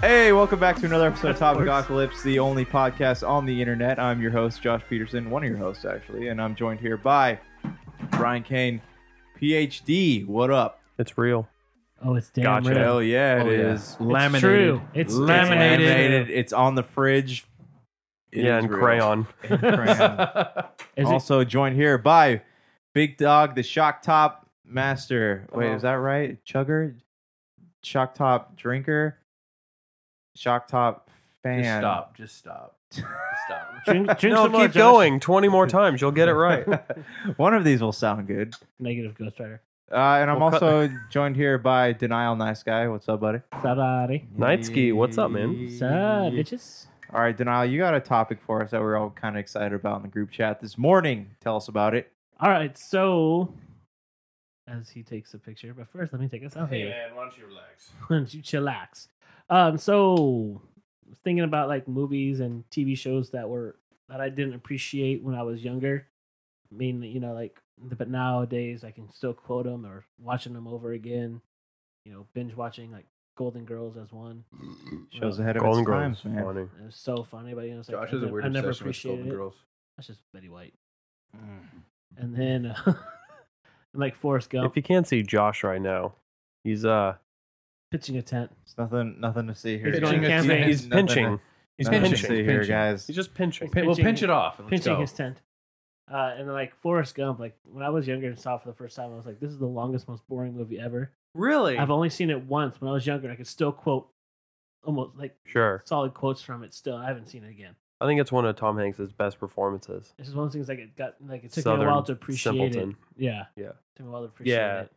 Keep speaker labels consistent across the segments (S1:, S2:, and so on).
S1: Hey, welcome back to another episode of Top
S2: course.
S1: Apocalypse, the only podcast on the internet. I'm your host, Josh Peterson, one of your hosts actually, and I'm joined here by Brian Kane, PhD. What up?
S2: It's real.
S3: Oh, it's damn
S2: Gotcha.
S3: real.
S1: Hell yeah, it is
S2: Oh, yeah.
S3: It's
S4: laminated.
S3: true. It's
S4: Laminated.
S1: Laminated. It's on the fridge. It
S2: yeah,
S1: is
S2: and
S1: real.
S2: crayon.
S1: And crayon.
S3: Is it-
S1: also joined here by Big Dog, the Shock Top Master. Wait, is that right? Chugger, Shock Top Drinker, Shock Top Fan.
S4: Just stop. Just stop. Just stop.
S3: drink, drink
S2: No,
S3: some more,
S2: keep
S3: Josh.
S2: going. 20 more times. You'll get it right.
S1: One of these will sound good.
S3: Negative Ghost Rider.
S1: Uh, and I'm
S2: We'll cut-
S1: also joined here by Denial Nice Guy. What's up, buddy?
S3: Sorry.
S2: Night Ski, what's up, man?
S3: What's up, bitches?
S1: All right, Denial, you got a topic for us that we're all kind of excited about in the group chat this morning. Tell us about it.
S3: All right, so as he takes a picture, but first let me take a selfie.
S4: man, why don't you relax?
S3: Why don't you chillax? Um, so thinking about like movies and TV shows that were that I didn't appreciate when I was younger. I mean, you know, like but nowadays I can still quote them or watching them over again. You know, binge watching like Golden Girls as one.
S1: Shows ahead of
S2: Golden
S1: its
S2: Girls.
S1: times, man.
S2: Funny.
S3: It was so funny, but you know, it's like
S4: Josh
S3: I,
S4: has a
S3: ne-
S4: weird
S3: I never
S4: obsession with
S3: appreciated
S4: Golden
S3: it.
S4: Girls. Mm.
S3: That's just Betty White. And then uh, like Forrest Gump
S2: If you can't see Josh right now, he's uh
S3: pitching a tent.
S1: It's nothing, nothing to see here.
S3: He's
S1: guys.
S3: going camping.
S2: he's
S1: nothing to-
S2: pinching.
S1: He's
S4: Nothing to
S1: pinching.
S4: see
S1: here, guys.
S2: He's just pinching.
S4: Pin- well, pinch it off. and Let's
S3: pinching
S4: go.
S3: his tent. Uh, and like Forrest Gump, like when I was younger and saw it for the first time, I was like, "This is the longest, most boring movie ever."
S2: Really?
S3: I've only seen it once when I was younger. and I could still quote almost like
S2: Sure.
S3: solid quotes from it. Still, I haven't seen it again.
S2: I think it's one of Tom Hanks' best performances.
S3: It's just one of those things like it got like it took me
S2: Southern
S3: a while to appreciate it.
S2: Simpleton.
S3: Yeah,
S2: Yeah.
S3: took me a while to appreciate
S2: Yeah.
S3: it.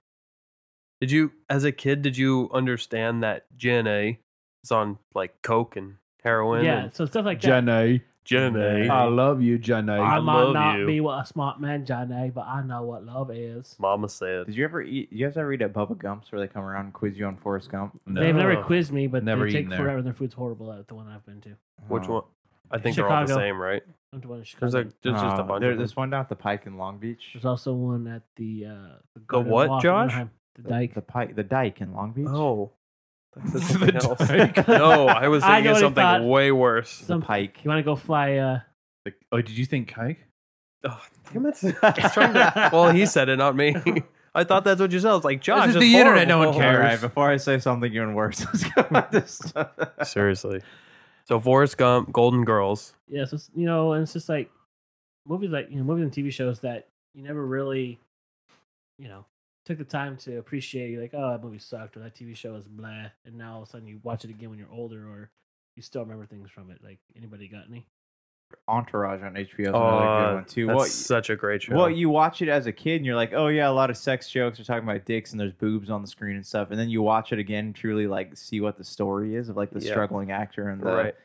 S2: Did you, as a kid, did you understand that Gen A is on like coke and heroin?
S3: yeah,
S2: and-
S3: so stuff like that.
S4: Jenny,
S2: Gen A.
S3: Uh,
S4: I love you, Jenny.
S3: I,
S2: I
S3: might
S2: love
S3: not
S2: you.
S3: be what a smart man, Johnny, but I know what love is.
S2: Mama said.
S1: Did you ever eat? You guys ever read at Bubba Gump's where they come around and quiz you on Forrest Gump?
S3: They've never
S2: No.
S3: quizzed me, but
S4: Never
S3: they
S4: eaten
S3: take
S4: there.
S3: forever and their food's horrible at the one I've been to.
S2: Which
S1: Oh.
S2: one? I think they're all the
S3: Chicago.
S2: same, right?
S3: I'm to one in Chicago.
S2: There's like there's just a
S1: Oh,
S2: bunch.
S1: there-
S2: of them.
S1: there's one down at the Pike in Long Beach.
S3: There's also one at the uh, the, Garden
S2: what,
S3: Walk in
S2: Josh?
S3: Anaheim. The
S1: The-
S3: dike.
S1: The Pike. The Dike in Long Beach.
S2: Oh. That's
S4: The
S2: something else.
S4: dike.
S2: no, I was
S3: I
S2: thinking
S3: know
S2: of
S3: what he thought.
S2: something way worse.
S1: the
S3: Some-
S1: Pike.
S3: you want to go fly? Uh,
S4: oh, did you think kike?
S2: Oh, damn it. I was trying to- well, he said it, not me. I thought that's what you said. I was like, Josh,
S4: is
S2: it's
S4: the internet, no
S2: horrible."
S4: one
S1: All
S4: cares.
S1: right. Before I say something even worse, let's go about this. stuff.
S2: Seriously. So Forrest Gump, Golden Girls.
S3: yeah, so it's, you know, and it's just like movies, like you know, movies and TV shows that you never really, you know, took the time to appreciate. You're like, oh, that movie sucked, or that TV show is blah, and now all of a sudden you watch it again when you're older, or you still remember things from it. Like, anybody got any?
S1: Entourage on HBO is another good
S2: Uh,
S1: one too.
S2: that's
S1: What?
S2: such a great show.
S1: Well, you watch it as a kid and you're like, oh yeah, a lot of sex jokes are talking about dicks and there's boobs on the screen and stuff. And then you watch it again and truly like see what the story is of like the
S2: Yeah.
S1: struggling actor and the
S2: right.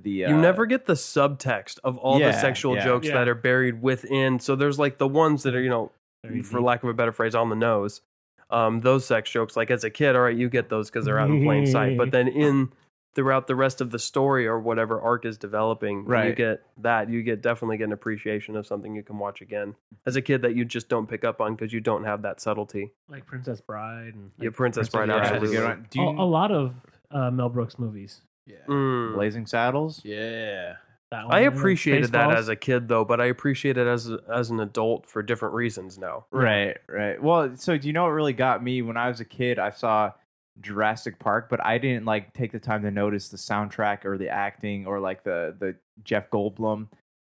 S1: the uh,
S2: you never get the subtext of all
S1: yeah,
S2: the sexual
S1: yeah.
S2: jokes
S3: Yeah.
S2: that are buried within. So there's like the ones that are, you know,
S3: Very
S2: for
S3: deep.
S2: lack of a better phrase, on the nose. Um, those sex jokes, like as a kid, all right, you get those because they're out in plain sight. But then in throughout the rest of the story or whatever arc is developing, you
S1: Right.
S2: get that. You get definitely get an appreciation of something you can watch again as a kid that you just don't pick up on because you don't have that subtlety.
S3: like Princess Bride and
S2: Your Princess
S1: Yeah,
S2: Bride,
S1: that's a good
S2: absolutely.
S1: one. Do you,
S3: a, a lot of uh, Mel Brooks movies.
S4: Yeah.
S2: Mm.
S1: Blazing Saddles?
S4: Yeah.
S3: That one,
S2: I
S3: and then
S2: appreciated that
S3: Spaceballs.
S2: as a kid though, but I appreciate it as as an adult for different reasons now.
S1: Right, right. Well, so do you know what really got me when I was a kid? I saw Jurassic Park, but I didn't like take the time to notice the soundtrack or the acting or like the the Jeff Goldblum.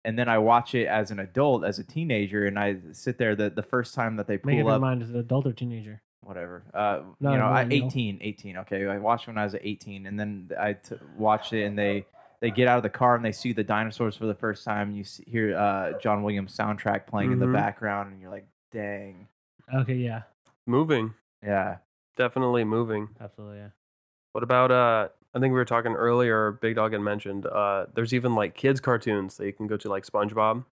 S1: And then I watch it as an adult, as a teenager, and I sit there the, the first time that they pull
S3: Make up your
S1: up
S3: mind as an adult or teenager.
S1: whatever. Uh,
S3: No,
S1: you know,
S3: no,
S1: I,
S3: no.
S1: 18, 18. Okay, I watched when I was 18, and then I t- watched it, and they they get out of the car and they see the dinosaurs for the first time. And you see, hear uh, John Williams soundtrack playing in
S2: Mhm.
S3: Mm-hmm.
S1: the background, and you're like, dang,
S3: Okay, yeah,
S2: Moving,
S1: yeah.
S2: definitely moving.
S3: absolutely, yeah.
S2: What about uh I think we were talking earlier, Big Dog had mentioned, uh there's even like kids cartoons that you can go to like SpongeBob.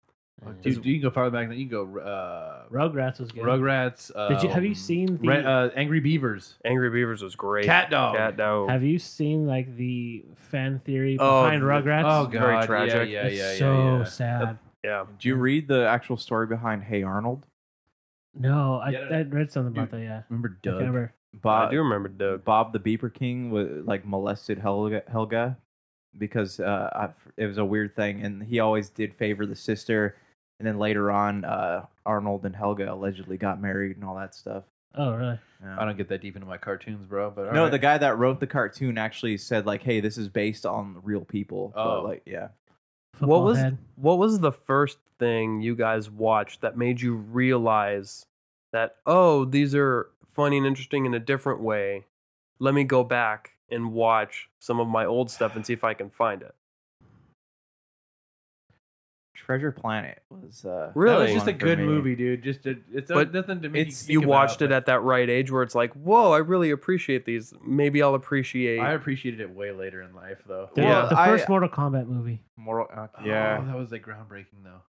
S3: Yeah.
S4: Dude, you can go farther back than you can go. Uh,
S3: Rugrats was good.
S4: Rugrats.
S3: Did you- have you
S4: um,
S3: seen the-
S4: Re- uh, Angry Beavers?
S2: Angry Beavers was great.
S4: Cat Dog.
S2: Cat Dog.
S3: Have you seen like the fan theory
S2: Oh,
S3: behind
S2: the-
S3: Rugrats?
S4: oh god,
S2: very tragic.
S4: Yeah, yeah,
S3: it's
S4: yeah, yeah,
S3: so
S4: yeah.
S3: sad.
S2: yeah.
S1: Do you read the actual story behind Hey Arnold?
S3: No, I,
S4: Yeah,
S3: I read something about that. Yeah,
S4: Remember
S3: I
S4: Doug?
S3: can't remember.
S1: Bob,
S4: Oh,
S2: I do remember Doug.
S1: Bob the Beeper King was like molested Helga, Helga because uh, I, it was a weird thing, and he always did favor the sister. And then later on, uh, Arnold and Helga allegedly got married and all that stuff.
S3: Oh, really?
S1: Yeah.
S4: I don't get that deep into my cartoons, bro. But
S1: no,
S4: alright.
S1: the guy that wrote the cartoon actually said like, "Hey, this is based on real people." But,
S4: Oh.
S1: like yeah.
S3: Football
S2: was-
S3: head.
S2: What was the first thing you guys watched that made you realize that, oh, these are funny and interesting in a different way? Let me go back and watch some of my old stuff and see if I can find it.
S1: Treasure Planet was uh,
S2: Really?
S4: that was just a
S1: one for
S4: good
S1: me.
S4: movie, dude. Just a, it's a,
S2: But
S4: nothing to me.
S2: It's you watched it at that right age where it's like, whoa, I really appreciate these. Maybe I'll appreciate.
S4: I appreciated it way later in life, though.
S3: The-
S2: Yeah.
S3: the
S1: I-
S3: first Mortal Kombat movie.
S1: Moral, uh,
S4: Oh,
S1: yeah.
S4: that was like groundbreaking, though.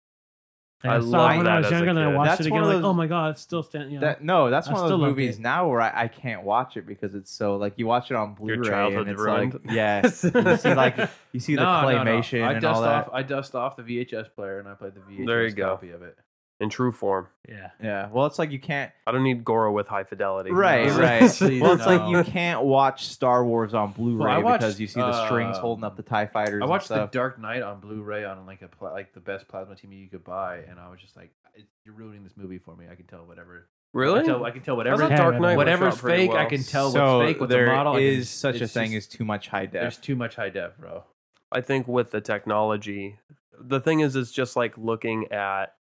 S2: I
S3: saw
S2: love
S3: it when
S2: that
S3: I was
S2: as a
S3: younger, and then I
S2: kid.
S3: watched
S1: That's
S3: it
S1: one
S3: again.
S1: of
S3: Like,
S1: those-
S3: oh my god, it's still standing. You know,
S1: That no, that's
S3: I
S1: one of
S3: still
S1: those
S3: loved
S1: movies
S3: it.
S1: now where I, I can't watch it because it's so like you watch it on Blu-ray
S2: childhood
S1: and it's
S2: ruined.
S1: like yeah, you see like you see the claymation
S4: I
S1: and
S4: dust
S1: all that.
S4: off. I dust off the VHS player and I played the VHS
S2: There you go.
S4: copy of it.
S2: in true form.
S3: yeah.
S1: Yeah, well, it's like you can't.
S2: I don't need Goro with high fidelity.
S1: Right,
S4: No.
S1: right.
S4: Please,
S1: well, it's like
S4: no.
S1: you can't watch Star Wars on Blu-ray
S4: Well, I watched,
S1: because you see the strings
S4: uh,
S1: holding up the Tie Fighters.
S4: I watched
S1: and
S4: The
S1: stuff.
S4: Dark Knight on Blu-ray on like a pla- like the best plasma TV you could buy, and I was just like, it, "You're ruining this movie for me." I can tell whatever. I
S2: Really?
S4: can tell, I can tell
S2: I
S4: whatever.
S2: thought
S3: Yeah,
S2: Dark Knight was
S4: Whatever's
S2: shot pretty
S4: fake, I
S2: well.
S4: can tell
S1: so
S4: what's fake with
S1: there
S4: the model. I can-
S1: is such a
S4: it's
S1: thing
S4: just-
S1: as too much high
S4: there's
S1: def.
S4: too much high def, bro.
S2: I think with the technology, the thing is, it's just like looking at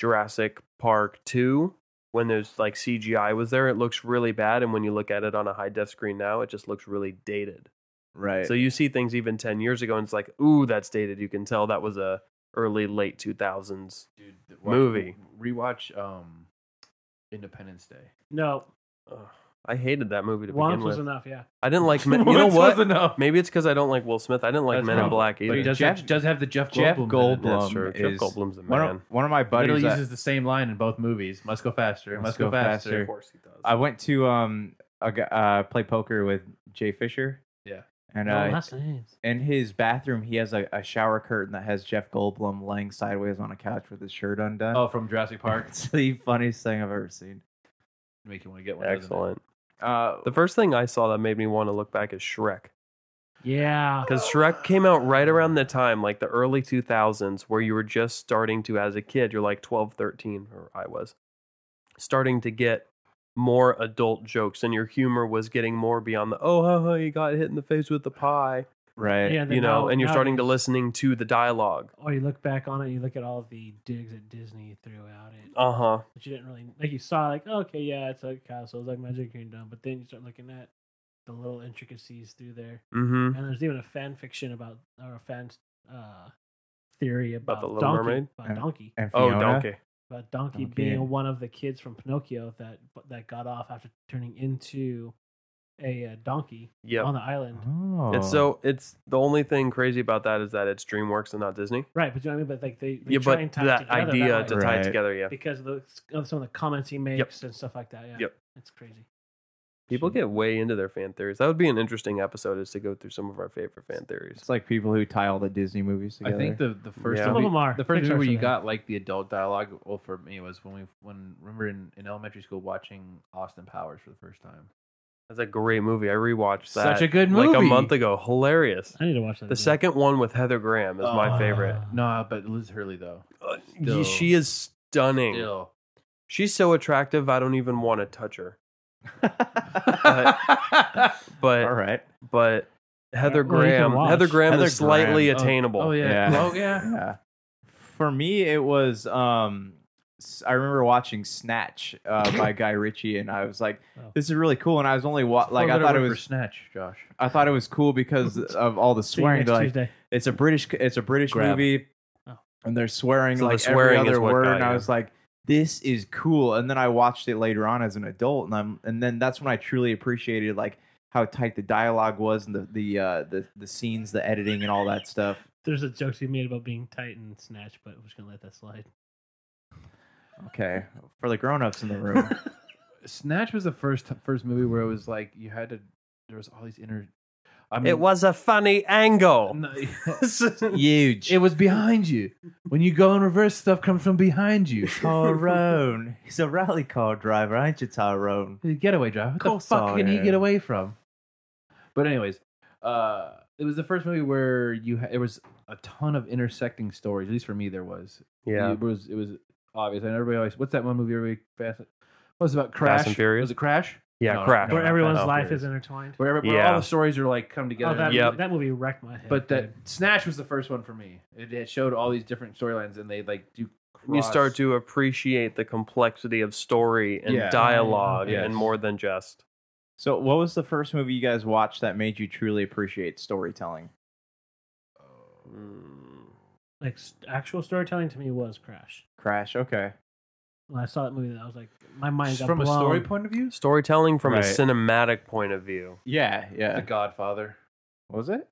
S2: Jurassic Park 2 when there's like CGI was there, it looks really bad. And when you look at it on a high def screen now, it just looks really dated.
S1: Right.
S2: So you see things even 10 years ago and it's like, ooh, that's dated. You can tell that was a early, late 2000s.
S4: Dude, th-
S2: Movie.
S4: Rewatch um, Independence Day.
S3: No,
S2: Ugh, I hated that movie to
S3: once
S2: begin
S3: was
S2: with.
S3: enough. Yeah,
S2: I didn't like, men, you know
S4: Once was
S2: what?
S4: enough.
S2: Maybe it's because I don't like Will Smith. I didn't like
S4: That's
S2: Men in
S4: probably-
S2: Black
S4: But
S2: either.
S4: it does,
S1: Jeff-
S4: have, does have the Jeff Goldblum.
S1: Jeff
S4: in it.
S1: Goldblum
S2: That's true. Jeff
S1: is-
S2: Goldblum's the
S1: one,
S2: man.
S1: of, one of my buddies. uh,
S4: Literally
S1: that-
S4: uses the same line in both movies. Must go faster. Must, go, faster.
S1: Of
S2: course he does.
S1: I went to um a, gu- uh play poker with Jay Fisher.
S4: Yeah.
S1: And
S3: no
S1: uh,
S3: last names.
S1: in his bathroom, he has a, a shower curtain that has Jeff Goldblum laying sideways on a couch with his shirt undone.
S4: Oh, from Jurassic Park.
S1: it's the funniest thing I've ever seen.
S4: Make you want to get one. doesn't it?
S2: Excellent.
S1: Uh,
S2: The first thing I saw that made me want to look back is Shrek.
S3: Yeah,
S2: Because Shrek came out right around the time, like the early 2000s, where you were just starting to, as a kid, you're like 12, 13, or I was, starting to get more adult jokes, and your humor was getting more beyond the, oh, ha, ha, you got hit in the face with the pie,
S1: right.
S3: yeah. then
S2: you know,
S3: now-
S2: and you're
S3: now
S2: starting to
S3: you-
S2: listening to the dialogue.
S3: Or you look back on it, you look at all the digs that Disney threw out it,
S2: Uh huh.
S3: but you didn't really like. You saw like, okay, yeah, it's like castle, it's like Magic Kingdom, but then you start looking at the little intricacies through there,
S2: Mm hmm.
S3: and there's even a fan fiction about or a fan uh, theory about,
S2: the Little
S3: donkey,
S2: Mermaid?
S3: about donkey,
S1: And
S2: Oh,
S1: Fiona.
S2: donkey.
S3: about donkey
S1: Donkey.
S3: being one of the kids from Pinocchio that that got off after turning into a uh, donkey
S2: Yep.
S3: on the island.
S1: Oh.
S2: It's so, it's the only thing crazy about that is that it's DreamWorks and not Disney.
S3: Right, but you know what I mean. But like they, they
S2: yeah,
S3: try
S2: but
S3: and tie it
S2: that
S3: together
S2: idea
S3: that
S2: to
S3: way
S2: tie it
S1: Right.
S2: together, yeah.
S3: because of, the, of some of the comments he makes and stuff like that. Yeah,
S2: Yep.
S3: it's crazy.
S2: People get way into their fan theories. That would be an interesting episode is to go through some of our favorite fan theories.
S1: It's like people who tie all the Disney movies together.
S4: I think the the first
S2: Yeah.
S3: Some
S4: movie,
S3: of them are
S4: the first
S3: Pixar
S4: movie where you
S3: shows.
S4: got like the adult dialogue. Well, for me was when we when remember in, in elementary school watching Austin Powers for the first time.
S2: That's a great movie. I rewatched that.
S4: Such a good
S2: Like a
S4: movie.
S2: month ago. Hilarious.
S3: I need to watch that.
S2: The
S3: again.
S2: second one with Heather Graham is my
S3: Oh.
S4: Uh,
S2: favorite.
S4: No, but Liz Hurley though.
S2: Uh,
S4: still-
S2: she is stunning.
S4: Still,
S2: She's so attractive, I don't even want to touch her. But- But
S1: all right.
S2: but Heather
S3: Well, you can
S2: Graham,
S3: watch.
S2: Heather Graham
S1: Heather
S2: is slightly
S1: Graham.
S2: attainable.
S4: Oh yeah.
S1: Yeah.
S4: Oh yeah.
S1: Yeah. For me, it was. um s- I remember watching Snatch uh, by Guy Ritchie, and I was like,
S3: Oh.
S1: "This is really cool." And I was only wa-
S4: Four
S1: like, I
S4: letter
S1: thought it
S4: word for
S1: was,
S4: snatch, Josh.
S1: I thought it was cool because of all the
S3: See you
S1: swearing.
S3: next
S1: but, Like,
S3: Tuesday.
S1: it's a British, it's a British
S4: Grab.
S1: movie,
S3: Oh.
S1: and they're swearing
S2: So the
S1: like
S2: swearing
S1: every
S2: is
S1: other
S2: what
S1: word,
S2: got
S1: and I
S2: you.
S1: was like, "This is cool." And then I watched it later on as an adult, and I'm, and then that's when I truly appreciated like how tight the dialogue was and the the uh, the the scenes, the editing, and all that stuff.
S3: There's a joke he made about being tight and snatch, but I'm just gonna let that slide.
S1: Okay, for the grown-ups in the room.
S4: Snatch was the first first movie where it was like you had to. There was all these inner I mean,
S2: It was a funny angle.
S4: No,
S1: Huge.
S4: it was behind you. When you go in reverse, stuff comes from behind you.
S1: Tyrone. He's a rally car driver, ain't you, Tyrone?
S4: The getaway driver. What the
S1: Course
S4: fuck
S1: I
S4: can he
S1: am.
S4: get away from? But anyways, uh, it was the first movie where you ha- there was a ton of intersecting stories. At least for me, there was.
S2: yeah.
S4: it was it was obvious. And everybody always, what's that one movie? Everybody fast. What was it about Crash?
S2: and Furious?
S4: Was it Crash?
S2: Yeah,
S4: No,
S2: Crash. Oh.
S4: no,
S3: where
S4: not
S3: everyone's
S4: Fast and
S3: life
S4: Furious.
S3: is intertwined.
S4: Where, every, where
S2: Yeah.
S4: all the stories are like come together.
S3: Oh, that,
S2: Yep.
S3: that movie wrecked my head.
S4: But that
S3: dude.
S4: Snatch was the first one for me. It, it showed all these different storylines, and they like do.
S2: You start
S4: cross-
S2: to appreciate the complexity of story and
S4: Yeah.
S2: dialogue
S4: Yes.
S2: and more than just.
S1: So, what was the first movie you guys watched that made you truly appreciate storytelling?
S2: Mm.
S3: like s- actual storytelling to me was Crash.
S1: Crash. Okay.
S3: When I saw that movie, I was like, my mind got
S4: from a
S3: blown.
S4: story point of view.
S2: Storytelling from
S1: Right.
S2: a cinematic point of view.
S1: Yeah. Yeah.
S4: The Godfather.
S1: Was it?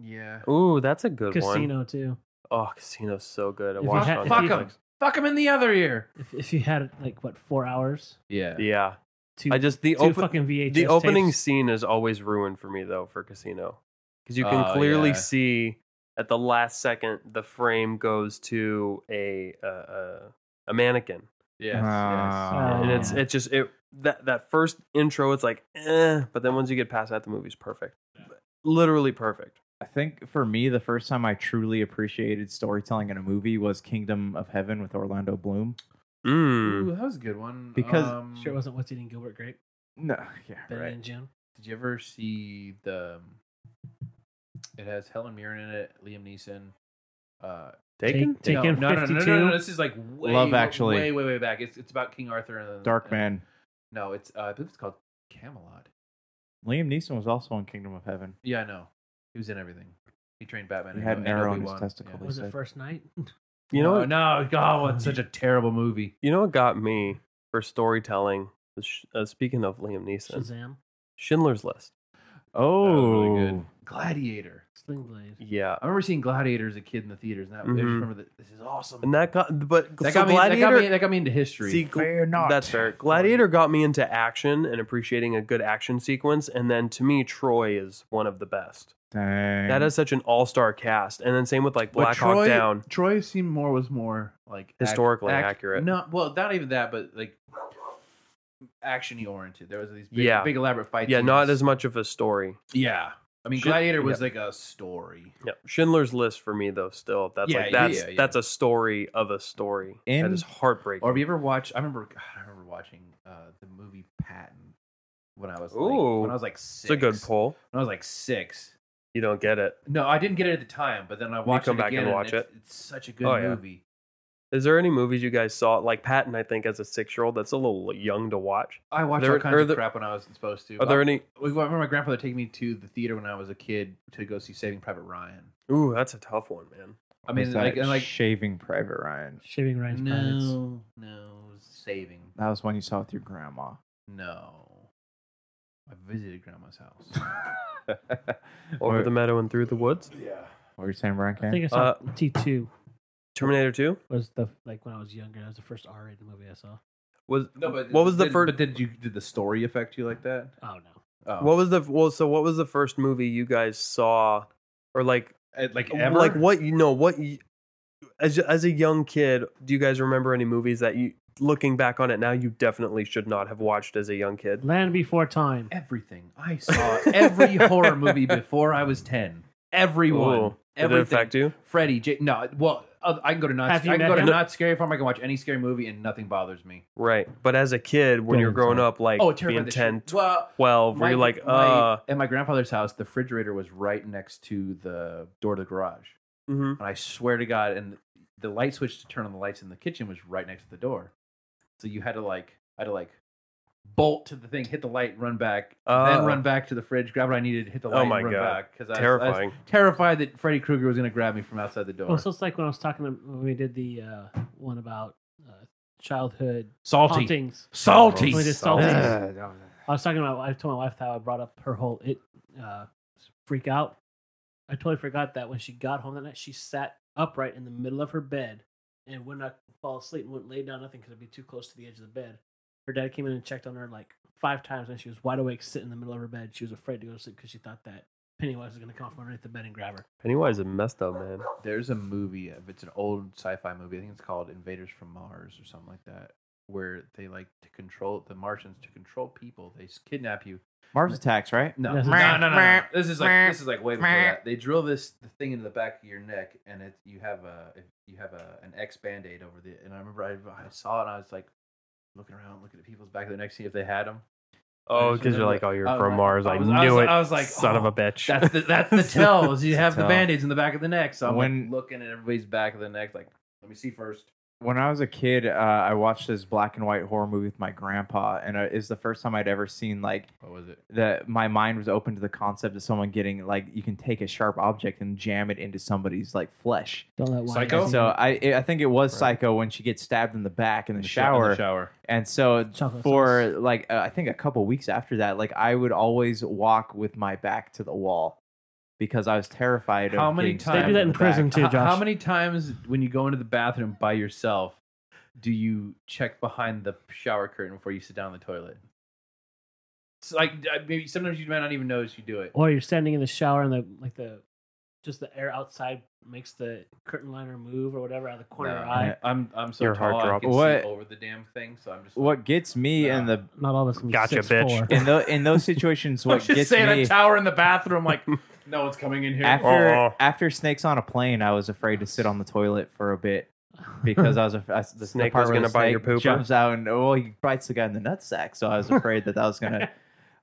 S4: Yeah.
S2: Ooh, that's a good one.
S3: Casino too.
S2: Oh, Casino's so good. I
S3: If you
S2: watched
S3: had-
S2: it on
S3: if
S4: Fuck
S3: you-
S2: Netflix.
S4: him. Fuck him in the other ear.
S3: If, if you had like what four hours,
S4: Yeah.
S2: Yeah.
S3: two,
S2: I just the
S3: two
S2: open
S3: fucking VHS.
S2: the opening
S3: tapes.
S2: scene is always ruined for me though for Casino because you can
S4: Oh,
S2: clearly
S4: yeah.
S2: see at the last second the frame goes to a uh, uh, a mannequin
S4: Yes.
S1: Ah.
S4: yes.
S2: and it's
S3: yeah.
S2: it's just it that that first intro it's like eh, but then once you get past that the movie's perfect literally perfect
S1: I think for me, the first time I truly appreciated storytelling in a movie was Kingdom of Heaven with Orlando Bloom.
S2: mm.
S4: Ooh, that was a good one.
S1: Because-
S4: um,
S3: Sure, it wasn't what's eating Gilbert Grape.
S1: No. Yeah.
S3: Ben
S1: Right.
S3: and Jim.
S4: Did you ever see the? um, It has Helen Mirren in it, Liam Neeson. Uh,
S2: taken
S3: Take- Taken
S4: no, no, no, no, no,
S3: 52?
S4: no, no, This is like way,
S1: Love Actually.
S4: way, way, way back. It's it's about King Arthur and
S1: Dark
S4: and-
S1: Man.
S4: No, it's uh, I believe it's called Camelot.
S1: Liam Neeson was also in Kingdom of Heaven.
S4: Yeah, I know. He was in everything. He trained Batman.
S1: He
S4: and-
S1: had an
S4: and
S1: arrow in his
S4: Obi-Wan.
S1: testicle.
S4: Yeah.
S3: Was
S1: said-
S3: it first night?
S2: you know
S4: No,
S2: what,
S4: no, God, it's such a terrible movie.
S2: you know what got me for storytelling was sh- uh, speaking of Liam Neeson
S3: Shazam.
S2: Schindler's List
S1: Oh.
S4: really good. Gladiator.
S3: Sling Blade.
S2: yeah
S4: I remember seeing Gladiator as a kid in the theaters, and that, I just
S2: Mhm.
S4: remember that this is awesome.
S2: and that got but
S4: that,
S2: so
S4: got me, that,
S2: Gladiator
S4: got me, that got me into history.
S2: See, gl-
S1: Fear not.
S2: That's fair. Gladiator got me into action and appreciating a good action sequence. And then to me, Troy is one of the best.
S1: Dang.
S2: That is such an all star cast. And then same with like Black Hawk Down.
S4: Troy seemed more was more like ac-
S2: Historically accurate.
S4: No, well, not even that, but like actiony oriented. There was these big,
S2: Yeah.
S4: big elaborate fights.
S2: Yeah, not as much of a story.
S4: Yeah, I mean,
S2: Should-
S4: Gladiator was
S2: yeah.
S4: like a story.
S2: Yeah. Schindler's List for me though. Still, that's
S4: Yeah,
S2: like
S4: yeah,
S2: that's
S4: yeah.
S2: that's a story of a story. that
S1: In-
S2: is heartbreaking.
S4: Or have you ever watched? I remember, God, I remember watching uh, the movie Patton when I was like,
S2: Ooh.
S4: when I was like
S2: it's
S4: six.
S2: a good pull.
S4: When I was like six.
S2: You don't get it.
S4: No, I didn't get it at the time, but then I watched
S2: come
S4: it
S2: back
S4: again,
S2: and watch
S4: it's, It's such a good
S2: Oh, yeah.
S4: movie.
S2: Is there any movies you guys saw like Patton? I think as a six year old, that's a little young to watch.
S4: I watched
S2: There-
S4: all kinds
S2: are
S4: of
S2: there-
S4: crap when I was supposed to. Uh,
S2: Are there any?
S4: I, I remember my grandfather taking me to the theater when I was a kid to go see Saving Private Ryan.
S2: Ooh, that's a tough one, man.
S4: I mean,
S1: Was
S4: like,
S1: that
S4: and like
S1: shaving Private Ryan.
S3: Shaving Ryan's Privates.
S4: no, no, Saving,
S1: That was one you saw with your grandma.
S4: no. I visited grandma's house.
S2: Over the meadow and through the woods.
S4: yeah.
S1: What were you saying, Brian?
S3: I
S1: Kane?
S3: think I saw
S2: Uh,
S3: T2
S2: Terminator Two.
S3: was the like when I was younger. That was the first R-rated movie I saw.
S2: Was
S4: No, but
S2: what was the
S4: did-
S2: first?
S4: But did you did the story affect you like that?
S3: Oh no,
S4: Oh.
S2: What was the well? So what was the first movie you guys saw, or like
S4: Uh, like ever?
S2: like what you know what you, as as a young kid? Do you guys remember any movies that you looking back on it now you definitely should not have watched as a young kid?
S3: Land Before Time.
S4: Everything. I saw every horror movie before I was ten. Everyone.
S2: Ooh, Did it
S4: Everything.
S2: affect you?
S4: Freddy. J- no. Well, uh, I can go to not. I
S3: Have you
S4: can
S3: met
S4: go to
S3: him?
S4: not scary farm. I can watch any scary movie and nothing bothers me.
S2: Right, but as a kid when you're
S1: Don't
S2: growing
S1: tell.
S2: up, like
S4: oh, terrified
S2: being
S4: the
S2: 10,
S4: shit. Well,
S2: 12, where
S4: my-
S2: you're like,
S4: my-
S2: uh,
S4: at my grandfather's house, the refrigerator was right next to the door to the garage,
S2: mhm.
S4: and I swear to God, and the light switch to turn on the lights in the kitchen was right next to the door, so you had to like, I had to like. Bolt to the thing, hit the light, run back, then
S2: Oh.
S4: run back to the fridge, grab what I needed, hit the
S2: Oh
S4: light,
S2: my
S4: and run
S2: God.
S4: back because I, was- I was
S2: terrifying.
S4: terrified that Freddy Krueger was going to grab me from outside the door.
S3: Well, so it's like when I was talking to, when we did the uh, one about uh, childhood
S4: salty,
S3: hauntings.
S4: salty.
S3: When we did
S2: Salty.
S3: Salty. I was talking about. I told my wife how I brought up her whole it uh, freak out. I totally forgot that when she got home that night, she sat upright in the middle of her bed and would not fall asleep and wouldn't lay down nothing because it'd be too close to the edge of the bed. Her dad came in and checked on her like five times, and she was wide awake, sitting in the middle of her bed. She was afraid to go to sleep because she thought that Pennywise is going to come from underneath the bed and grab her.
S2: Pennywise is messed up, man.
S4: There's a movie of it's an old sci-fi movie. I think it's called Invaders from Mars or something like that, where they like to control the Martians to control people. They s- kidnap you.
S1: Mars attacks, right?
S4: No,
S3: This
S4: no,
S3: is
S4: no,
S3: not-
S4: no, no, no. This is like this is like way before that. They drill this thing into the back of your neck, and it you have a you have a an X band aid over the. And I remember I, I saw it, and I was like looking around, looking at people's back of the neck, see if they had them.
S2: Oh,
S4: just
S2: because you're
S4: remember
S2: like, oh, you're
S4: I was
S2: from
S4: like-
S2: Mars. I,
S4: I was-
S2: knew
S4: I was-
S2: it.
S4: I was like,
S2: son of
S4: oh,
S2: a bitch.
S4: That's the that's the tell. Is you have the
S1: Tell.
S4: band aids in the back of the neck. So I'm
S1: When-
S4: like looking at everybody's back of the neck, like let me see first.
S1: when I was a kid, uh, I watched this black and white horror movie with my grandpa, and uh, it's the first time I'd ever seen like
S4: What was it?
S1: that. My mind was open to the concept of someone getting like you can take a sharp object and jam it into somebody's like flesh.
S3: Don't let one.
S4: Psycho?
S1: So I, it, I think it was
S4: Right.
S1: Psycho when she gets stabbed in the back in the,
S4: sho- in
S1: shower,
S4: the shower.
S1: and so
S3: Chocolate
S1: for
S3: sauce.
S1: like uh, I think a couple weeks after that, like I would always walk with my back to the wall because I was terrified.
S4: How
S1: of
S4: many
S1: getting
S4: times- They do
S1: stabbed
S4: that
S1: the
S3: in prison,
S1: back.
S3: too.
S4: H- How
S3: Josh.
S4: many times when you go into the bathroom by yourself do you check behind the shower curtain before you sit down in the toilet? It's like I- maybe sometimes you might not even notice you do it.
S3: or you're standing in the shower and the like the just the air outside makes the curtain liner move or whatever out of the corner of your
S4: No,
S3: eye.
S4: I'm I'm so
S2: Your heart
S4: tall I
S2: drop.
S4: can
S1: What-
S4: see over the damn thing, so I'm just
S1: What gets me in
S4: Nah.
S1: the
S3: Not all of us can be
S2: Gotcha,
S3: six,
S2: bitch.
S3: Four.
S1: in those in those situations,
S4: I
S1: what
S4: was just
S1: gets
S4: saying
S1: me
S4: a tower in the bathroom, like no one's coming in here.
S1: after
S2: Uh-uh.
S1: after snakes on a plane, I was afraid to sit on the toilet for a bit because I was af- I, the
S2: Snake
S1: the part
S2: was
S1: where the
S2: gonna bite your
S1: snake
S2: pooper?
S1: Jumps out and oh, he bites the guy in the nutsack. So I was afraid that that was gonna.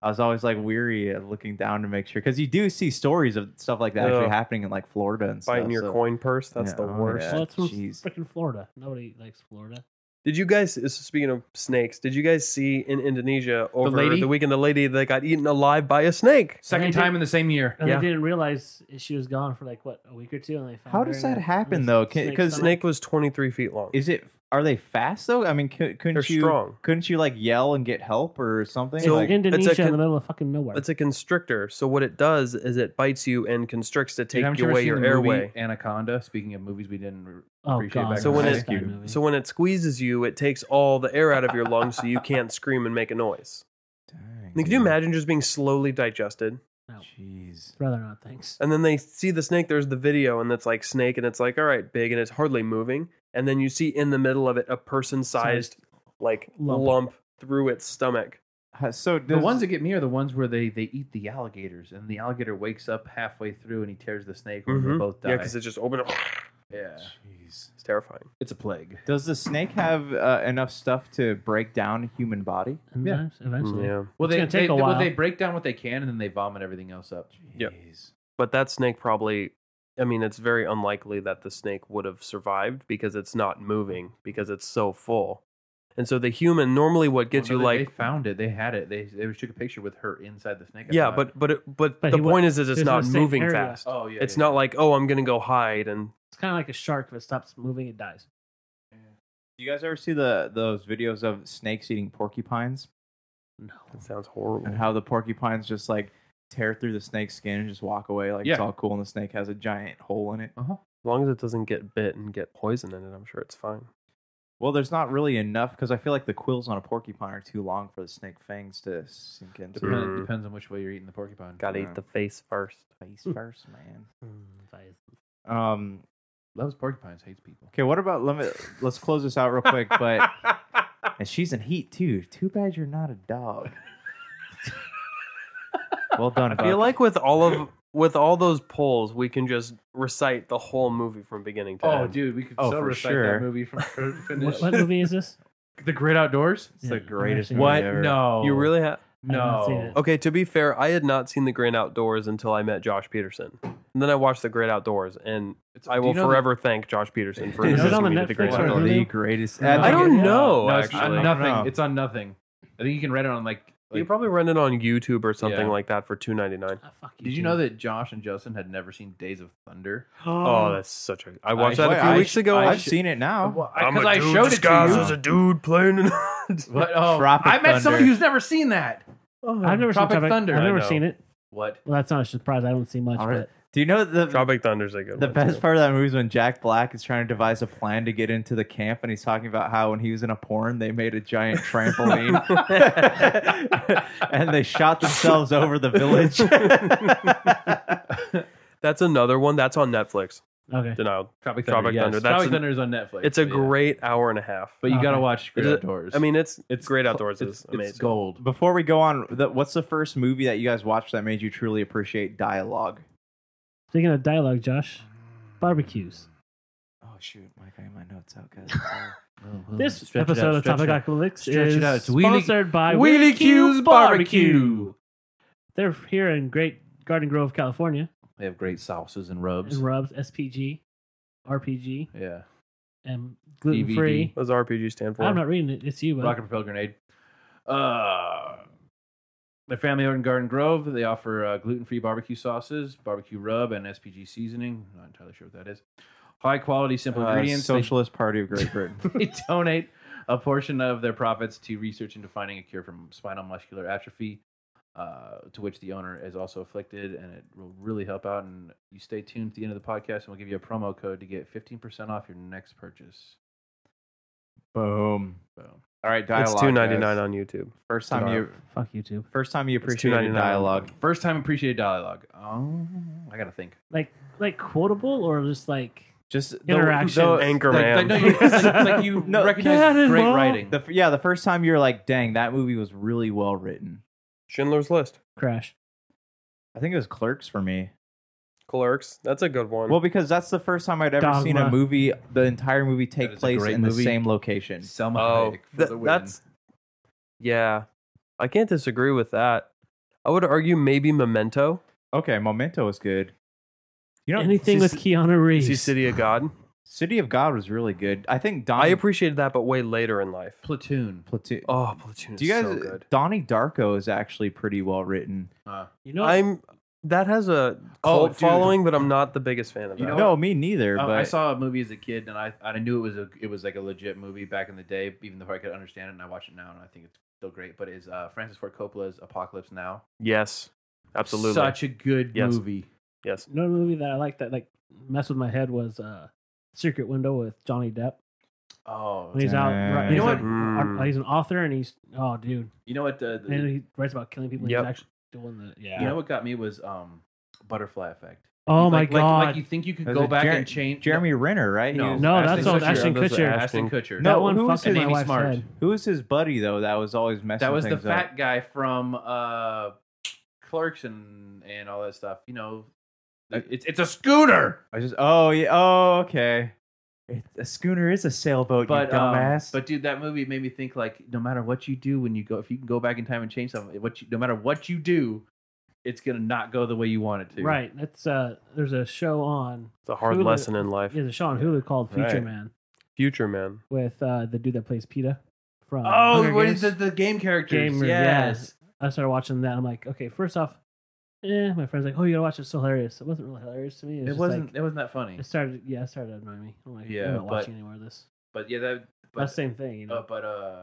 S1: I was always like weary of looking down to make sure because you do see stories of stuff like that actually
S2: Ugh.
S1: happening in like Florida and stuff.
S2: Biting your
S1: so-
S2: coin purse. That's
S1: Yeah,
S2: the
S1: oh,
S2: worst.
S1: yeah.
S3: well, it's from
S1: jeez.
S3: freaking Florida. Nobody likes Florida.
S2: Did you guys, this is speaking of snakes, did you guys see in Indonesia over the,
S4: lady?
S2: weekend the lady that got eaten alive by a snake?
S4: Second
S3: And they
S4: time
S3: did-
S4: in the same year.
S3: And
S2: Yeah.
S3: they didn't realize she was gone for like what a week or two, and they found
S1: How
S3: her
S1: does
S3: in
S1: that
S3: a- in
S1: happen,
S3: a
S1: though? Can-
S3: snake
S1: 'cause
S2: The
S3: stomach.
S2: snake was 23 feet long.
S1: Is it? Are they fast though? I mean, cou- couldn't
S2: They're
S1: you
S2: strong.
S1: couldn't you like yell and get help or something?
S3: It's
S2: So-
S1: like,
S3: Indonesia
S2: it's a
S3: in the
S2: con-
S3: middle of fucking nowhere.
S2: It's a constrictor. So what it does is it bites you and constricts to take
S4: Dude, I'm sure
S2: away
S4: I've seen
S2: your
S4: the movie
S2: airway.
S4: Anaconda. Speaking of movies we didn't re-
S3: oh
S4: appreciate
S3: god!
S4: back
S2: So in when the it-
S1: day.
S3: movie.
S2: So when it squeezes you, it takes all the air out of your lungs so you can't scream and make a noise.
S1: Dang,
S2: Can you
S4: Hmm.
S1: dude.
S2: imagine just being slowly digested?
S3: No.
S1: Jeez.
S3: rather not. Thanks.
S2: And then they see the snake. There's the video, and it's like snake, and it's like all right, big, and it's hardly moving. And then you see in the middle of it a person-sized like lump,
S3: Lump.
S2: through its stomach.
S1: Ha- So
S4: The
S1: does,
S4: ones that get me are the ones where they, they eat the alligators, and the alligator wakes up halfway through and he tears the snake when they
S2: Mhm.
S4: both die.
S2: Yeah, because it just opened. Up.
S4: yeah,
S1: Jeez.
S2: It's terrifying.
S4: it's a plague.
S1: Does the snake have uh, enough stuff to break down a human body?
S3: Enzymes, Eventually,
S2: Yeah,
S4: Well,
S3: It's
S4: they,
S3: gonna take
S4: they,
S3: a
S4: well
S3: while.
S4: they break down what they can and then they vomit everything else up.
S2: Yep.
S1: Jeez.
S2: but that snake probably. I mean, it's very unlikely that the snake would have survived because it's not moving because it's so full. And so the human normally what gets
S4: Well,
S2: you
S4: no, they-
S2: like
S4: they found it. They had it. They they took a picture with her inside the snake. I
S2: yeah,
S4: thought.
S2: but but it, but,
S3: But
S2: the
S3: he
S2: point
S3: wa-
S2: is is it's
S3: there's no
S2: not
S3: safe
S2: moving
S3: area.
S2: fast.
S4: oh yeah,
S2: it's
S4: yeah,
S2: not like oh I'm gonna go hide and
S3: it's kind of like a shark. If it stops moving, it dies.
S1: Do you guys ever see the those videos of snakes eating porcupines
S3: No,
S2: that sounds horrible.
S1: and how the porcupines just like tear through the snake's skin and just walk away like it's
S4: Yeah.
S1: all cool and the snake has a giant hole in it?
S4: yeah. Uh-huh.
S2: As long as it doesn't get bit and get poison in it, I'm sure it's fine.
S1: Well, there's not really enough because I feel like the quills on a porcupine are too long for the snake fangs to sink into.
S4: Depend,
S2: Mm.
S4: Depends on which way you're eating the porcupine.
S2: Gotta
S1: Yeah.
S2: eat the face first.
S1: Face first, man.
S3: Advise.
S1: Um.
S4: Loves porcupines, hates people.
S1: Okay. What about let me, Let's close this out real quick. But and she's in heat too. Too bad you're not a dog. well done.
S2: I feel like with all of with all those polls, we can just recite the whole movie from beginning to
S4: oh,
S2: end.
S4: dude, we could
S1: Oh,
S4: so
S1: for
S4: recite
S1: sure.
S4: that movie from start to finish.
S3: What, what movie is this?
S4: The Great Outdoors.
S1: It's the
S3: Yeah, I've
S1: greatest
S3: seen
S1: movie
S3: it.
S4: What?
S1: ever.
S4: No,
S2: You really have
S3: not seen
S4: no.
S3: it.
S2: okay. To be fair, I had not seen The Grand Outdoors until I met Josh Peterson, and then I watched The Grand Outdoors, and
S4: It's-
S2: I
S4: do
S2: will
S4: you know the-
S2: forever thank Josh Peterson for
S1: Dude,
S3: is it
S2: introducing
S3: on the
S2: me to The
S3: Netflix
S2: Grand
S1: One
S3: or
S1: of
S2: Outdoors.
S1: the
S3: Really?
S1: greatest.
S4: No,
S2: I
S1: think
S2: don't
S1: it-
S2: know.
S4: No, it's
S2: actually,
S4: on
S1: I don't
S4: nothing.
S1: know.
S4: It's on nothing. I think you can rent it on like.
S2: you
S4: like-
S2: probably rent it on YouTube or something
S4: Yeah.
S2: like that for two ninety nine.
S3: Ah, fuck you.
S4: Did you know that Josh and Justin had never seen Days of Thunder?
S2: Oh, that's such a. I watched
S4: I-
S2: that a few
S4: I-
S2: weeks ago.
S1: I've
S2: sh-
S1: seen it now.
S4: Well,
S2: I'm a
S4: 'cause I
S2: dude
S4: showed it to
S2: disguised
S4: you.
S2: as a dude playing. An-
S4: But, oh,
S1: Tropic
S4: I met somebody
S1: Thunder.
S4: who's never seen that.
S3: I've never
S4: Tropic
S2: Oh.
S3: seen Tropic
S4: Thunder,
S3: I've
S4: I
S3: never
S2: know.
S3: seen it.
S4: What?
S3: Well, that's not a surprise. I don't see much,
S1: All right. Do you know the
S2: Tropic Thunder's a good
S1: the
S2: one,
S1: best
S2: too.
S1: part of that movie is when Jack Black is trying to devise a plan to get into the camp, and he's talking about how when he was in a porn, they made a giant trampoline and they shot themselves over the village.
S2: That's another one. That's on Netflix.
S3: but okay.
S2: Denial.
S4: Tropic
S2: Thunder, yes.
S4: That's
S2: Tropic
S4: Tropic Thunder is on Netflix.
S2: It's a
S4: but yeah.
S2: great hour and a half.
S4: But you gotta
S3: Okay.
S4: watch Great
S2: Is it-
S4: Outdoors.
S2: I mean, it's
S4: it's
S2: great
S4: cl-
S2: outdoors.
S4: It's,
S2: is
S4: it's
S2: amazing.
S4: gold.
S1: Before we go on, the, what's the first movie that you guys watched that made you truly appreciate dialogue?
S3: Speaking of dialogue, Josh, barbecues.
S1: Oh shoot, Mike, I got my notes out, guys.
S3: This
S4: Stretch it
S3: episode
S4: out,
S3: of
S4: stretch it
S3: Topic
S4: out.
S3: Apocalypse
S4: Stretch it
S3: is
S4: out. It's Wheelie-
S3: sponsored by
S4: Wheelie
S3: Wheelie
S4: Q's
S3: Q's
S4: Barbecue.
S3: Barbecue. They're here in Great Garden Grove, California,
S4: They have great sauces and rubs.
S3: and Rubs SPG, RPG,
S4: yeah.
S3: and gluten free.
S2: What does RPG stand for?
S3: I'm not reading it. It's you,
S4: Rocket
S3: but
S4: Propel Grenade. Uh, their family owned in Garden Grove. They offer uh, gluten free barbecue sauces, barbecue rub, and SPG seasoning. Not entirely sure what that is. High quality, simple
S1: Uh,
S4: ingredients. They-
S1: Socialist Party of Great Britain.
S4: they donate a portion of their profits to research into finding a cure from spinal muscular atrophy, uh, to which the owner is also afflicted, and it will really help out. And you stay tuned to the end of the podcast, and we'll give you a promo code to get 15% off your next purchase.
S1: Boom.
S4: So,
S1: All right, dialogue.
S2: It's two ninety
S1: guys.
S2: nine on YouTube.
S1: First time you
S3: fuck YouTube.
S1: first time you
S2: It's
S1: appreciated
S2: $2.99.
S1: dialogue.
S4: first time appreciated dialogue. Oh, I gotta think.
S3: Like, like quotable or just like
S1: Just the-
S3: Interaction.
S1: the-
S2: Anchor
S4: Like,
S2: man.
S4: like, no, you, like, like you
S1: No,
S4: recognize great
S3: Cannonball.
S4: writing.
S1: The, yeah, the first time you're like, dang, that movie was really well written.
S2: Schindler's List.
S3: crash.
S1: I think it was Clerks for me.
S2: Clerks. That's a good one.
S1: Well, because that's the first time I'd ever seen a
S3: Dogma.
S1: movie, the entire movie
S4: That
S1: take
S4: is a
S1: place
S4: great
S1: in
S4: movie.
S1: the same location.
S4: Selma
S2: oh,
S4: Hayek for
S2: th-
S4: the win.
S2: that's yeah. I can't disagree with that. I would argue maybe Memento.
S1: Okay, Memento was good. You know,
S3: Anything with
S2: Sis-
S3: Keanu
S2: Is he
S3: Reeves.
S2: City of God?
S1: City of God was really good. I think Don
S2: I appreciated that, but way later in life.
S4: Platoon.
S1: Platoon.
S2: Oh, Platoon is
S1: Do you guys?
S2: so good.
S1: Donnie Darko is actually pretty well written.
S4: Uh,
S3: You know,
S2: I'm that has a
S4: Oh,
S2: cult
S4: dude.
S2: following, but I'm not the biggest fan of that.
S4: You know
S1: no, me neither.
S4: Um,
S1: but
S4: I saw a movie as a kid, and I I knew it was a it was like a legit movie back in the day, even though I could understand it. And I watch it now, and I think it's still great. But it's uh, Francis Ford Coppola's Apocalypse Now.
S2: Yes, absolutely.
S4: such a good
S2: Yes.
S4: movie.
S2: yes,
S3: another movie that I like that like messed with my head was uh Secret Window with Johnny Depp.
S4: Oh,
S3: When he's out,
S1: Damn.
S3: right,
S4: You know
S3: he's
S4: what?
S3: a- he's an author and he's oh dude,
S4: you know what? The, the-
S3: and he writes about killing people.
S2: Yep.
S3: He's actually doing the yeah.
S4: you know what got me was um, Butterfly Effect.
S3: oh
S4: You-
S3: my
S4: like, like-
S3: god,
S4: Like, you think you could
S1: That's
S4: go
S1: it,
S4: back
S1: Jer-
S4: and change
S1: Jeremy Renner, right? He
S4: No,
S1: was-
S3: No,
S4: Ashton
S3: that's all-
S4: Kutcher.
S3: Ashton
S2: Those are
S3: Kutcher.
S4: Ashton Kutcher.
S3: that
S1: No,
S3: one
S1: who was
S3: fucked
S1: his-
S3: with my
S4: Amy
S3: wife's
S4: Smart.
S3: head.
S1: Who was his buddy though? That was always messing.
S4: That was the
S1: things
S4: fat
S1: Up.
S4: guy from uh, Clerks and and all that stuff. You know,
S1: Uh,
S4: it's it's a scooter.
S1: I just. Oh yeah. Oh okay. It, a schooner is a sailboat,
S4: but
S1: you
S4: um,
S1: dumbass.
S4: but dude, that movie made me think like no matter what you do when you go, if you can go back in time and change something, what you, no matter what you do, it's gonna not go the way you want it to.
S3: Right, that's uh. There's a show on.
S2: it's a hard
S3: Hulu.
S2: lesson in life.
S3: There's a show on Hulu called Future
S1: Right.
S3: Man
S2: Future man.
S3: with uh the dude that plays PETA from.
S4: Oh,
S3: Hunger
S4: what
S3: Games.
S4: is it? The game characters.
S3: Gamer,
S4: yes.
S3: yes. I started watching that. I'm like, okay, first off, eh. My friend's like, oh, you gotta watch it. It's so hilarious. It wasn't really hilarious to me.
S4: It
S3: just
S4: wasn't.
S3: like-
S4: it wasn't that funny.
S3: It started, yeah, it started annoying me. I'm like,
S4: Yeah,
S3: I'm not
S4: but-
S3: watching anymore of this.
S4: But yeah, that. But,
S3: That's the same thing, you know.
S4: uh, but uh,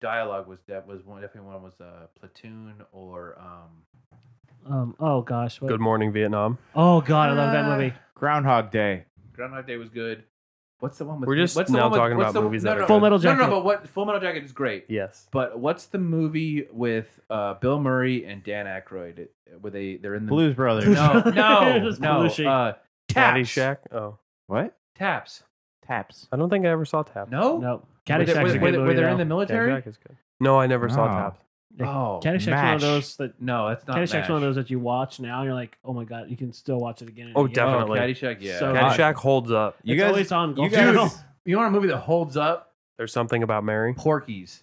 S4: dialogue was that was one definitely one was uh platoon or um.
S3: um, oh gosh, what?
S2: Good morning, Vietnam.
S3: oh god, I love that
S4: Uh,
S3: movie.
S1: Groundhog Day.
S4: Groundhog Day was good. What's the one with?
S2: We're just
S4: what's the
S2: now
S4: one with-
S2: talking
S4: what's
S2: about
S4: the-
S2: movies
S4: No,
S2: that are
S4: no,
S2: good. Full
S3: Metal
S4: no, No, no,
S3: Jacket.
S4: but what Full Metal Jacket is great.
S2: Yes.
S4: But what's the movie with uh, Bill Murray and Dan Aykroyd? It- Where they they're in the
S1: Blues Brothers.
S3: Blues-
S4: Mm. No, no,
S3: Just
S4: no.
S3: pollution.
S4: Uh,
S2: Caddy
S4: taps.
S2: Shack. Oh,
S1: What?
S4: Taps.
S1: Taps.
S2: I don't think I ever saw Tap.
S4: No.
S3: No,
S4: Were they,
S3: Caddyshack's
S4: were,
S3: a
S4: were
S3: good
S4: they- were
S3: movie.
S4: they in
S3: though.
S4: the military?
S2: Caddy Shack is good. No, I never saw
S1: No.
S2: Tap.
S4: Oh,
S3: Caddyshack's one
S1: Mash.
S3: of those that
S4: no, that's not.
S3: Caddyshack's
S4: MASH.
S3: one of those that you watch now and you're like, oh my god, you can still watch it again. And
S2: Oh,
S3: again.
S4: Oh,
S2: definitely.
S4: Caddyshack. Yeah.
S3: So-
S2: Caddy Shack holds up.
S1: You
S3: it's
S1: guys.
S3: always on.
S1: you
S3: Golf Channel.
S1: guys.
S4: you want a movie that holds up?
S2: There's something about Mary.
S4: Porky's.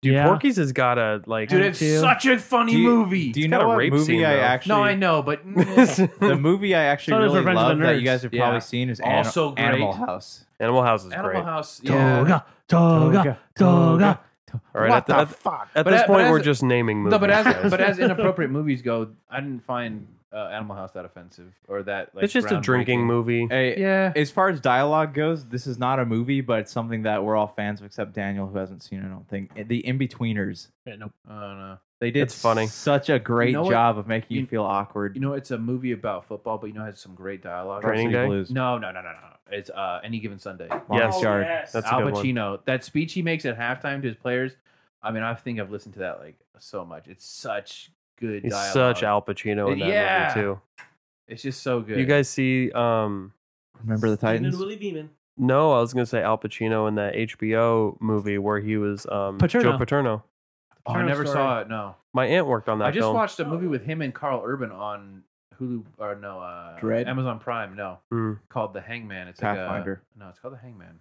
S2: Dude,
S3: Yeah.
S2: Porky's has got a like.
S4: Dude,
S3: Me
S4: it's
S3: too.
S4: such a funny
S1: Do you-
S4: movie.
S1: Do you
S2: It's got
S1: know
S2: a
S1: what
S2: rape
S1: movie
S2: scene,
S1: I
S2: though.
S1: actually?
S4: no, I know, but
S1: The movie I actually
S3: So does
S1: really
S3: Revenge of the
S1: love that you
S3: Nerds.
S1: guys have
S4: Yeah.
S1: probably seen is Ani-
S4: Also great.
S1: Animal House.
S2: Animal House is
S4: Animal
S2: great.
S4: Oh, House. Yeah.
S3: Toga, toga, toga.
S2: All right.
S1: What
S2: At, the-
S1: the
S2: at,
S1: fuck?
S2: at
S4: But
S2: this
S4: a- but
S2: point,
S4: as
S2: we're
S4: a-
S2: just naming movies.
S4: No, but as
S2: guys.
S4: but as inappropriate movies go, I didn't find uh, Animal House that offensive or that. Like,
S2: it's just a
S4: groundbreaking.
S2: drinking movie.
S1: Hey,
S4: Yeah,
S1: As far as dialogue goes, this is not a movie, but it's something that we're all fans of, except Daniel, who hasn't seen it. I don't think the In Betweeners.
S3: Yeah, nope.
S4: I don't know.
S1: They did
S2: It's funny.
S1: such a great
S4: You know what?
S1: job of making you,
S4: You-
S1: feel awkward.
S4: You know, it's a movie about football, but you know, it has some great dialogue.
S2: Training
S1: Varsity
S2: Day?
S1: Blues.
S4: No, no, no, no, no. It's uh, any given Sunday.
S1: Longest
S2: Oh, Yes.
S3: Oh,
S2: Ah,
S1: Yard.
S2: That's a
S4: Al
S2: good one.
S4: Pacino. That speech he makes at halftime to his players. I mean, I think I've listened to that like so much. It's such good.
S2: He's
S4: dialogue.
S2: such Al Pacino in that
S4: Yeah.
S2: movie too.
S4: It's just so good.
S2: You guys see? um
S1: Remember the Titans?
S3: Demon, Willie Demon.
S2: No, I was gonna say Al Pacino in that HBO movie where he was um,
S3: Paterno.
S2: Joe Paterno.
S4: Oh, I
S3: Turn
S4: never
S3: story.
S4: saw it. No,
S2: My aunt worked on that
S4: I just
S2: film.
S4: watched a movie with him and Carl Urban on Hulu or no, uh,
S1: Dread?
S4: Amazon Prime. No,
S2: Mm.
S4: called The Hangman. It's
S1: Pathfinder.
S4: like a no, it's called The Hangman.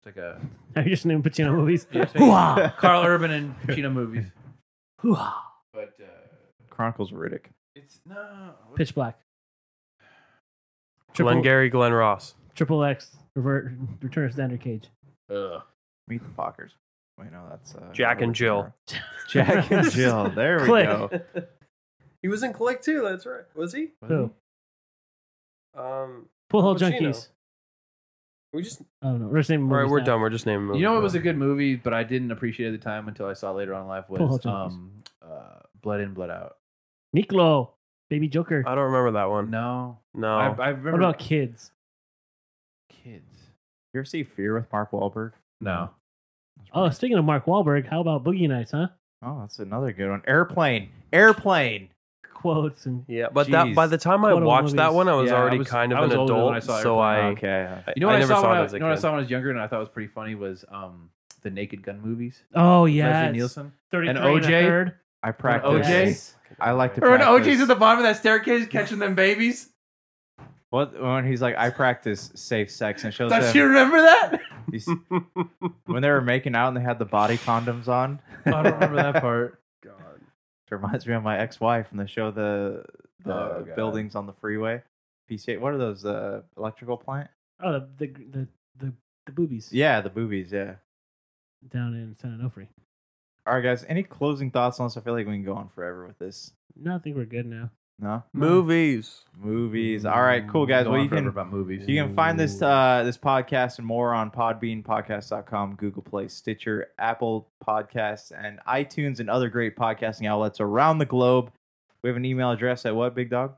S4: It's like a
S3: Now you're just naming Pacino movies.
S4: Yeah, it's
S3: Hoo-ah!
S4: Carl Urban and Pacino movies,
S3: Hoo-ah!
S4: but uh,
S1: Chronicles of Riddick.
S4: it's no what-
S3: Pitch Black. Triple,
S2: Glengarry Glen Ross.
S3: triple X. Revert, Return of Xander Cage.
S4: Ugh.
S1: Meet the Fockers. Wait, no, that's uh,
S2: Jack and Jill.
S1: Jack and Jill. There we
S3: Click.
S1: go.
S2: He was in Click too. That's right. Was he?
S3: Who?
S2: Um,
S3: Pull Hole
S2: Pacino.
S3: Junkies.
S2: we just
S3: I don't know. We're just naming
S2: all right.
S3: movies
S2: We're
S3: now.
S2: done. We're just naming movies.
S4: You know what was
S2: now.
S4: a good movie, but I didn't appreciate at the time until I saw it later on in life
S3: Pull
S4: was
S3: Hutchins.
S4: um, uh, Blood In, Blood Out.
S3: Miklo. Baby Joker.
S2: I don't remember that one.
S4: No,
S2: No.
S4: I, I
S3: what
S4: remember
S3: about kids?
S4: kids.
S1: You ever see Fear with Mark Wahlberg?
S4: No,
S3: Oh, speaking of Mark Wahlberg, how about Boogie Nights, huh?
S1: Oh, that's another good one. Airplane. Airplane.
S3: Quotes and
S2: yeah, but that
S1: Jeez.
S2: by the time I
S3: Quotable
S2: watched that
S3: movies.
S2: one, I was
S4: Yeah, I
S2: already
S4: was-
S2: kind
S4: I
S2: of an
S4: was older when I
S2: adult,
S4: saw it.
S2: so I.
S1: okay. uh,
S2: I-
S4: you know what
S2: I
S4: I,
S2: never
S4: saw,
S2: saw
S4: when
S2: it
S4: I,
S2: as a
S4: you know what I
S2: kid.
S4: saw when I was younger, and I thought was pretty funny was um, the Naked Gun movies.
S3: oh
S4: with Leslie
S3: yeah,
S4: Nielsen.
S3: thirty
S4: And
S3: three
S4: OJ?
S3: third.
S1: I practice.
S4: OJ?
S3: Yes.
S1: I like to
S4: Or when
S1: practice.
S4: OJ's at the bottom of that staircase catching them babies.
S1: What when he's like, I practice safe sex and shows
S4: Don't
S1: them
S4: you remember that?
S1: these- when they were making out and they had the body condoms on.
S4: I don't remember that part. God.
S1: It reminds me of my ex-wife from the show the the
S4: Oh, God.
S1: buildings on the freeway. PCA. What are those? The electrical plant?
S3: Oh, the the the the, the boobies.
S1: Yeah, the boobies. Yeah.
S3: down in San Onofre.
S1: All right, guys. Any closing thoughts on this? I feel like we can go on forever with this.
S3: No, I think we're good now.
S1: No
S2: Movies.
S1: movies. All right, cool guys.
S4: Go
S1: Well,
S4: on
S1: you
S4: forever
S1: can
S4: about movies.
S1: you can find this uh, this podcast and more on PodbeanPodcast.com, Google Play, Stitcher, Apple Podcasts, and iTunes and other great podcasting outlets around the globe. We have an email address at what, Big Dog?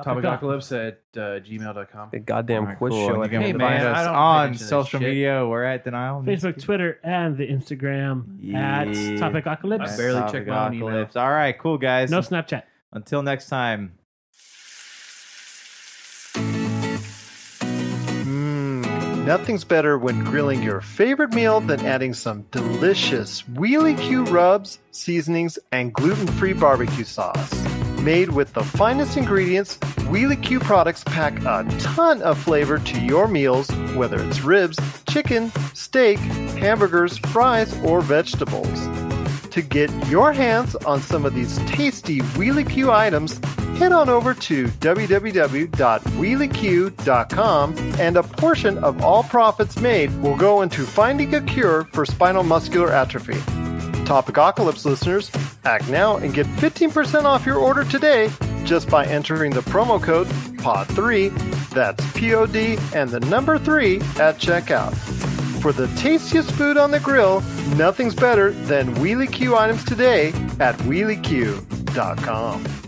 S4: Topicocalypse at uh, gmail.com.
S2: The goddamn
S1: All right,
S2: quiz
S1: cool.
S2: show.
S1: And
S2: I
S1: You can
S4: Hey,
S2: can't
S1: find
S4: man, I
S1: us
S4: don't pay
S1: on
S4: attention to
S1: social
S4: shit.
S1: media. We're at denial.
S3: Facebook, Twitter, and the Instagram at
S1: Yeah.
S3: Topicocalypse.
S4: I barely check my own email.
S1: Apocalypse. All right, cool guys.
S3: No Snapchat.
S1: Until next time.
S5: Mmm, nothing's better when grilling your favorite meal than adding some delicious Wheelie Q rubs, seasonings, and gluten free barbecue sauce. Made with the finest ingredients, Wheelie Q products pack a ton of flavor to your meals, whether it's ribs, chicken, steak, hamburgers, fries, or vegetables. To get your hands on some of these tasty Wheelie Q items, head on over to www.wheelieq.com and a portion of all profits made will go into finding a cure for spinal muscular atrophy. Topicocalypse listeners, act now and get 15% off your order today just by entering the promo code POD3, that's P-O-D and the number 3 at checkout. For the tastiest food on the grill, nothing's better than Wheelie Q items today at WheelieQ.com.